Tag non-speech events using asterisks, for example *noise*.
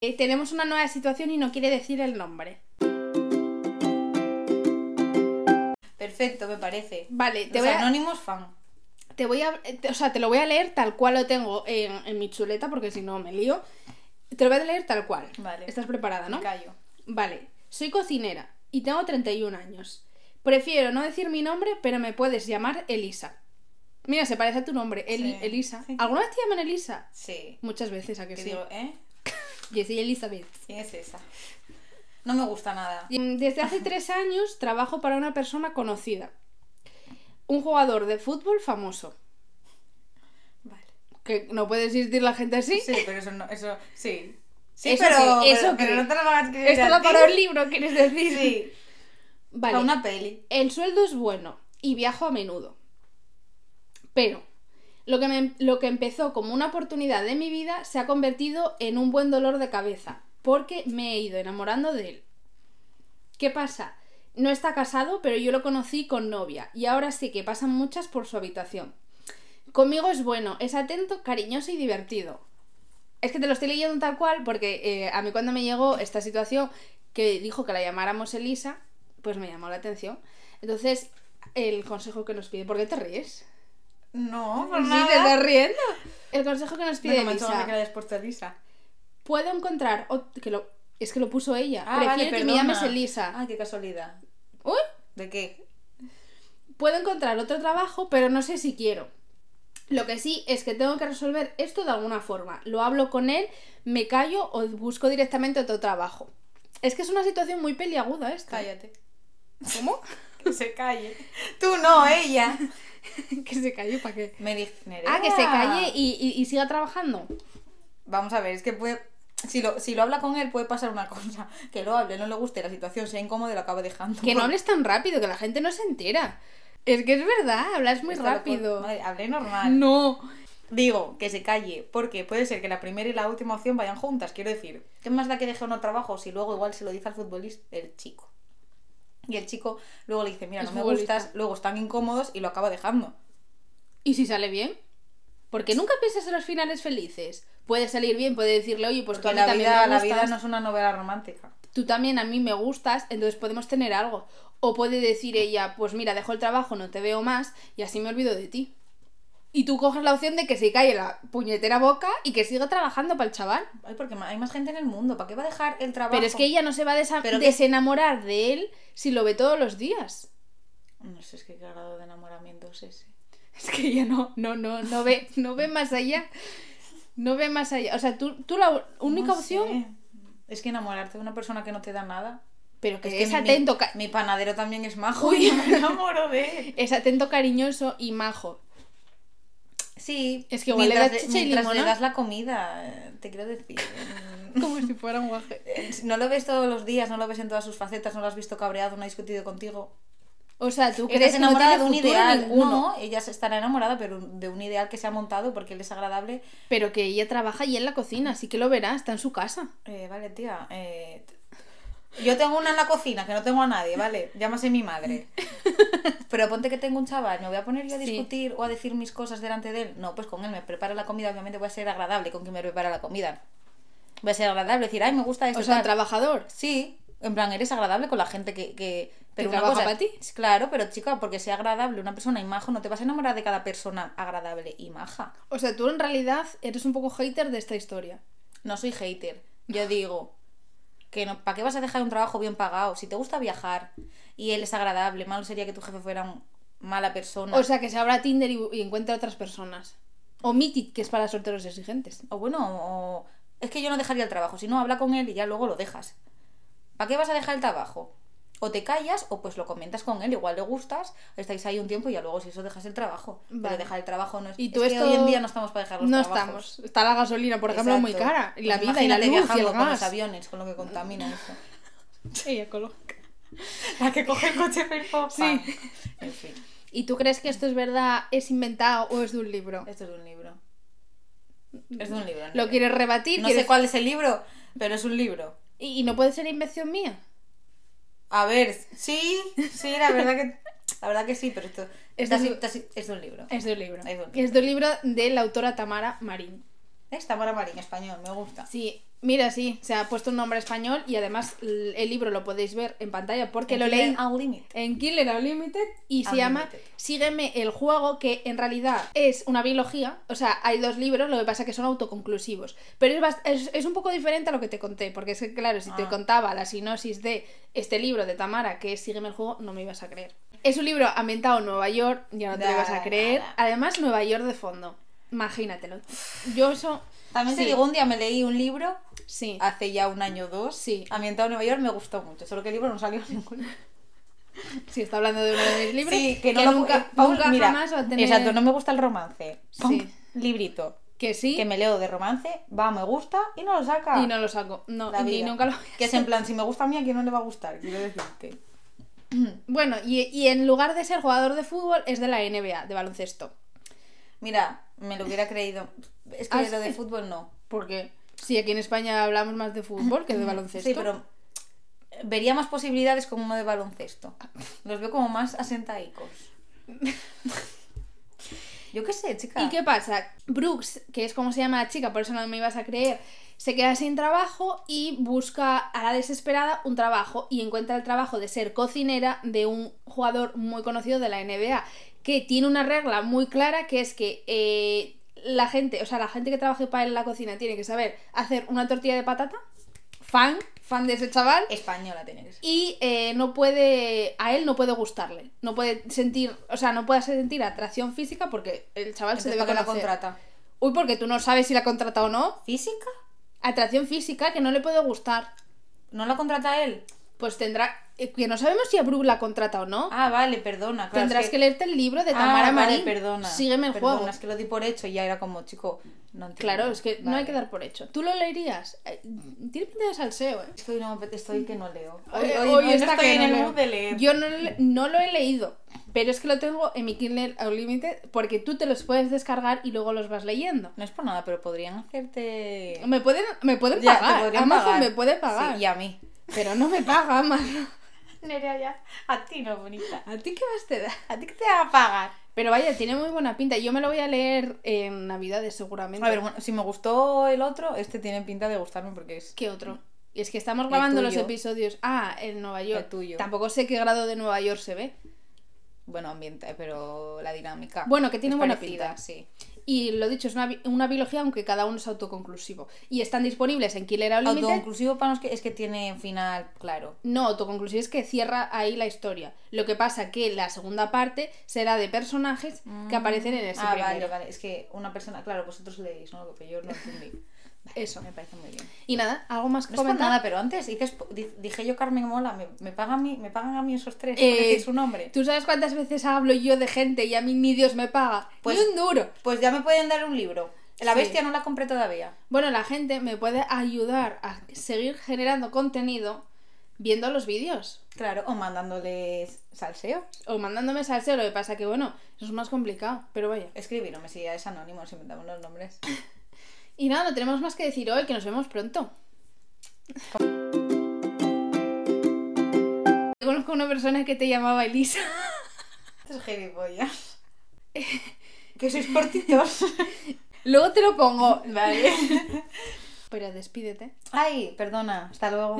Eh, tenemos una nueva situación y no quiere decir el nombre. Perfecto, me parece. Vale, te Los voy a... anónimos fan. te voy a, te- o sea, te lo voy a leer tal cual lo tengo en, en mi chuleta porque si no me lío. Te lo voy a leer tal cual. Vale. Estás preparada, ¿no? Me callo. Vale. Soy cocinera y tengo 31 años. Prefiero no decir mi nombre, pero me puedes llamar Elisa. Mira, se parece a tu nombre, Eli- Sí. Elisa. Sí. ¿Alguna vez te llaman Elisa? Sí. Muchas veces, ¿a que Que sí? digo, ¿eh? Yo soy Elizabeth. ¿Quién es esa? No me gusta nada. Mm, Desde hace tres años trabajo para una persona conocida. Un jugador de fútbol famoso. Vale. Que no puedes decir la gente así. Sí, pero eso no, eso, sí. Sí, Eso pero, qué, eso pero, qué. pero no te lo van a escribir Esto a va ti. *laughs* para un libro, ¿quieres decir? Sí, Vale. para una peli. El sueldo es bueno y viajo a menudo. Pero lo que, me- lo que empezó como una oportunidad de mi vida se ha convertido en un buen dolor de cabeza porque me he ido enamorando de él. ¿Qué pasa? No está casado, pero yo lo conocí con novia y ahora sí que pasan muchas por su habitación. Conmigo es bueno, es atento, cariñoso y divertido. Es que te lo estoy leyendo tal cual porque eh, a mí cuando me llegó esta situación que dijo que la llamáramos Elisa, pues me llamó la atención. Entonces, el consejo que nos pide, ¿por qué te ríes? No, por Sí, Pues nada. te estás riendo. El consejo que nos Me pide comentó que le Elisa, hayas puesto Elisa. puedo encontrar ot- que lo es que lo puso ella. Ah, Prefiero vale, que me perdona. llames Elisa. Ah, qué casualidad. Uy. ¿De qué? Puedo encontrar otro trabajo, pero no sé si quiero. Lo que sí es que tengo que resolver esto de alguna forma. Lo hablo con él, me callo o busco directamente otro trabajo. Es que es una situación muy peliaguda esta. ¿eh? *laughs* Cállate. ¿Cómo? *laughs* Que se calle. Tú no, ella. que se calle, ¿para qué? Me dice, Nerea. Ah, que se calle y, y- y siga trabajando. Vamos a ver, es que puede. Si lo, si lo habla con él, puede pasar una *laughs* cosa. Que lo hable, no le guste la situación, sea incómodo y lo acaba dejando. Que no *laughs* hables tan rápido, que la gente no se entera. Es que es verdad, hablas muy Está loco. rápido. Madre, hablé normal. No. Digo, que se calle, porque puede ser que la primera y la última opción vayan juntas. Quiero decir, ¿qué más da que deje no trabajo si luego igual se lo dice al futbolista el chico? Y el chico luego le dice, mira, Es no me futbolista. gustas, luego están incómodos y lo acaba dejando. ¿Y si sale bien? Porque nunca piensas en los finales felices. Puede salir bien, puede decirle, oye, pues tú a mí Porque la también vida, me la gustas, vida no es una novela romántica. tú también a mí me gustas, entonces podemos tener algo. O puede decir ella, pues mira, dejo el trabajo, no te veo más, y así me olvido de ti. Y tú coges la opción de que se calle la puñetera boca y que siga trabajando para el chaval. Ay, porque ma- hay más gente en el mundo. ¿Para qué va a dejar el trabajo? Pero es que ella no se va a desa- Pero que- desenamorar de él si lo ve todos los días. No sé, es que qué grado de enamoramiento es ese. Es que ella no, no, no, no ve, no ve más allá. No ve más allá. O sea, tú, tú la única No sé. opción. Es que enamorarte de una persona que no te da nada. Pero que es, mi- mi- atento, ca- Mi, panadero también es majo. Uy. *laughs* y me enamoro de él. es atento, cariñoso y majo. Sí, Es que igual le mientras, das chicha y mientras le limón, ¿no? das la comida, eh, te quiero decir. mm, Como si fuera un guaje. No lo ves todos los días, no lo ves en todas sus facetas, no lo has visto cabreado, no ha discutido contigo. O sea, tú crees Estás que no enamorada tiene de un futuro ideal. ninguno. No, ella se estará enamorada, pero de un ideal que se ha montado porque él es agradable. Pero que ella trabaja y en la cocina, así que lo verá, está en su casa. Eh, vale, tía. eh, t- yo tengo una en la cocina que no tengo a nadie, ¿vale? Llámase mi madre. *laughs* Pero ponte que tengo un chaval, ¿me voy a poner yo a Sí. discutir o a decir mis cosas delante de él? No, pues con él me prepara la comida, obviamente voy a ser agradable con quien me prepara la comida. Voy a ser agradable, decir, ay, me gusta esto. O sea, tal". trabajador. Sí, en plan, eres agradable con la gente que... que pero una trabaja cosa- para ti? Claro, pero chica, porque sea agradable una persona y majo, no te vas a enamorar de cada persona agradable y maja. O sea, tú en realidad eres un poco hater de esta historia. No soy hater. Yo digo que no, ¿para qué vas a dejar un trabajo bien pagado? Si te gusta viajar y él es agradable, malo sería que tu jefe fuera un mala persona. O sea, que se abra Tinder y, y encuentre a otras personas. O Meetit, que es para solteros exigentes. O bueno, o- es que yo no dejaría el trabajo. Si no, habla con él y ya luego lo dejas. ¿Para qué vas a dejar el trabajo? O te callas o pues lo comentas con él, igual le gustas, estáis ahí un tiempo y ya luego si eso dejas el trabajo. Vale. Pero dejar el trabajo no es... Y es tú que esto- hoy en día no estamos para dejar los No trabajos. estamos. Está la gasolina, por ejemplo, muy Exacto. cara. Y la Pues vida, y la imagínate luz, y el viajando con los gas. aviones, con lo que contaminan eso. Sí, ecológica. La que coge el coche Firefox. Sí. En fin, ¿Y tú crees que esto es verdad, es inventado o es de un libro? esto es de un libro. Es de un libro. ¿Lo Nerea. quieres rebatir? No ¿Quieres- sé cuál es el libro, pero es un libro. ¿Y, y no puede ser invención mía? A ver, sí, sí, la verdad que, la verdad que sí, pero esto Es es, de de, un- es de un libro. Es de un libro. Es de un libro. Es de un libro de la autora Tamara Marín. Es Tamara Marín, español, me gusta. Sí, Mira, sí, se ha puesto un nombre español y además l- el libro lo podéis ver en pantalla porque lo leí en Killer Unlimited y se llama Unlimited. Sígueme el juego, que en realidad es una biología. O sea, hay dos libros, lo que pasa es que son autoconclusivos. Pero es, bast- es, es un poco diferente a lo que te conté, porque es que, claro, si te Ah. contaba la sinopsis de este libro de Tamara, que es Sígueme el juego, no me ibas a creer. Es un libro ambientado en Nueva York, ya no te lo Da, ibas a da, creer. da. Además, Nueva York de fondo. Imagínatelo. Yo eso. También Sí. te digo, un día me leí un libro Sí. hace ya un año o dos. Sí. Ambientado en Nueva York me gustó mucho, solo que el libro no salió en ningún Sí, está hablando de uno de mis libros. Sí, que no lo- eh, nunca, Paul, nunca mira, jamás va a tener. Exacto, no me gusta el romance. Pon Sí. librito Que sí. que me leo de romance, va, me gusta y no lo saca. Y no lo saco. No, Ah, La ni vida. nunca lo voy a Que es en plan, si me gusta a mí, ¿a quién no le va a gustar? Quiero decirte. Bueno, y, y en lugar de ser jugador de fútbol, es de la NBA, de baloncesto. Mira, me lo hubiera creído. Es que Ah, lo de sí. fútbol no. Porque sí, aquí en España hablamos más de fútbol que de baloncesto. *laughs* Sí, pero vería más posibilidades con uno de baloncesto. Los veo como más asentaicos. *laughs* Yo qué sé, chica. ¿Y qué pasa? Brooks, que es como se llama la chica, por eso no me ibas a creer, se queda sin trabajo y busca a la desesperada un trabajo y encuentra el trabajo de ser cocinera de un jugador muy conocido de la NBA, que tiene una regla muy clara que es que eh, la gente, o sea, la gente que trabaje para él en la cocina tiene que saber hacer una tortilla de patata, fan, fan de ese chaval, Española tenés. y eh, no puede a él no puede gustarle no puede sentir o sea no puede sentir atracción física porque el chaval se Entonces, debe ¿para qué la conocer contrata? uy porque tú no sabes si la contrata o no ¿Física? atracción física que no le puede gustar ¿No la contrata él? pues tendrá eh, que no sabemos si a Brooke la contrata o no Ah, vale, perdona. claro, es tendrás que... leerte el libro de Ah, Tamara vale, Marín perdona. sígueme el Perdona, juego Es que lo di por hecho y ya era como, chico, no entiendo. claro es que no hay Vale. que dar por hecho tú lo leerías Eh, tiene pinta de salseo eh Es que hoy no me apetece, estoy que no leo. Hoy, hoy no- no está estoy que en no el leo. mood de leer. Yo no, le- no lo he leído, pero es que lo tengo en mi Kindle Unlimited porque tú te los puedes descargar y luego los vas leyendo. No es por nada, pero podrían hacerte. Me pueden, me pueden Ya, te pagar, podrían Amazon pagar. me puede pagar, Sí, y a mí. pero no me paga Amazon. Nerea ya. *laughs* A ti no, bonita. ¿A ti qué más te da? A ti que te va a pagar. Pero vaya, tiene muy buena pinta. Yo me lo voy a leer en Navidades seguramente. A ver, bueno, si me gustó el otro, este tiene pinta de gustarme porque es. ¿Qué otro? Y es que estamos El grabando los tuyo. episodios. Ah, en Nueva York. El tuyo. Tampoco sé qué grado de Nueva York se ve. Bueno, ambiente, pero la dinámica. Bueno, que tiene es buena parecida, pinta. Sí. Y lo dicho, es una, bi- una biología, aunque cada uno es autoconclusivo. Y están disponibles en Killer Unlimited. Autoconclusivo para los que es que tiene final claro. No, autoconclusivo es que cierra ahí la historia. Lo que pasa que la segunda parte será de personajes que aparecen en ese Ah, primero. vale, vale. Es que una persona, claro, vosotros leéis, ¿no? Porque yo no entendí. Eso. Me parece muy bien. Y nada, algo más que No es por comentar. nada, pero antes dices, di- dije yo Carmen Mola, me, me pagan, a mí, me pagan a mí esos tres, Eh, por decir su nombre. ¿Tú sabes cuántas veces hablo yo de gente y a mí ni Dios me paga? Pues- ni un duro. Pues ya me pueden dar un libro. La Sí. bestia no la compré todavía. Bueno, la gente me puede ayudar a seguir generando contenido viendo los vídeos Claro, o mandándoles salseo. o mandándome salseo. Lo que pasa que, bueno, eso es más complicado, pero vaya. Escribirme si ya es anónimo, si inventamos los nombres. Y nada, no tenemos más que decir hoy, que nos vemos pronto. Yo conozco a una persona que te llamaba Elisa. *laughs* Estos gilipollas. que sois cortitos. *laughs* Luego te lo pongo. vale. Pero despídete. Ay, perdona, hasta luego.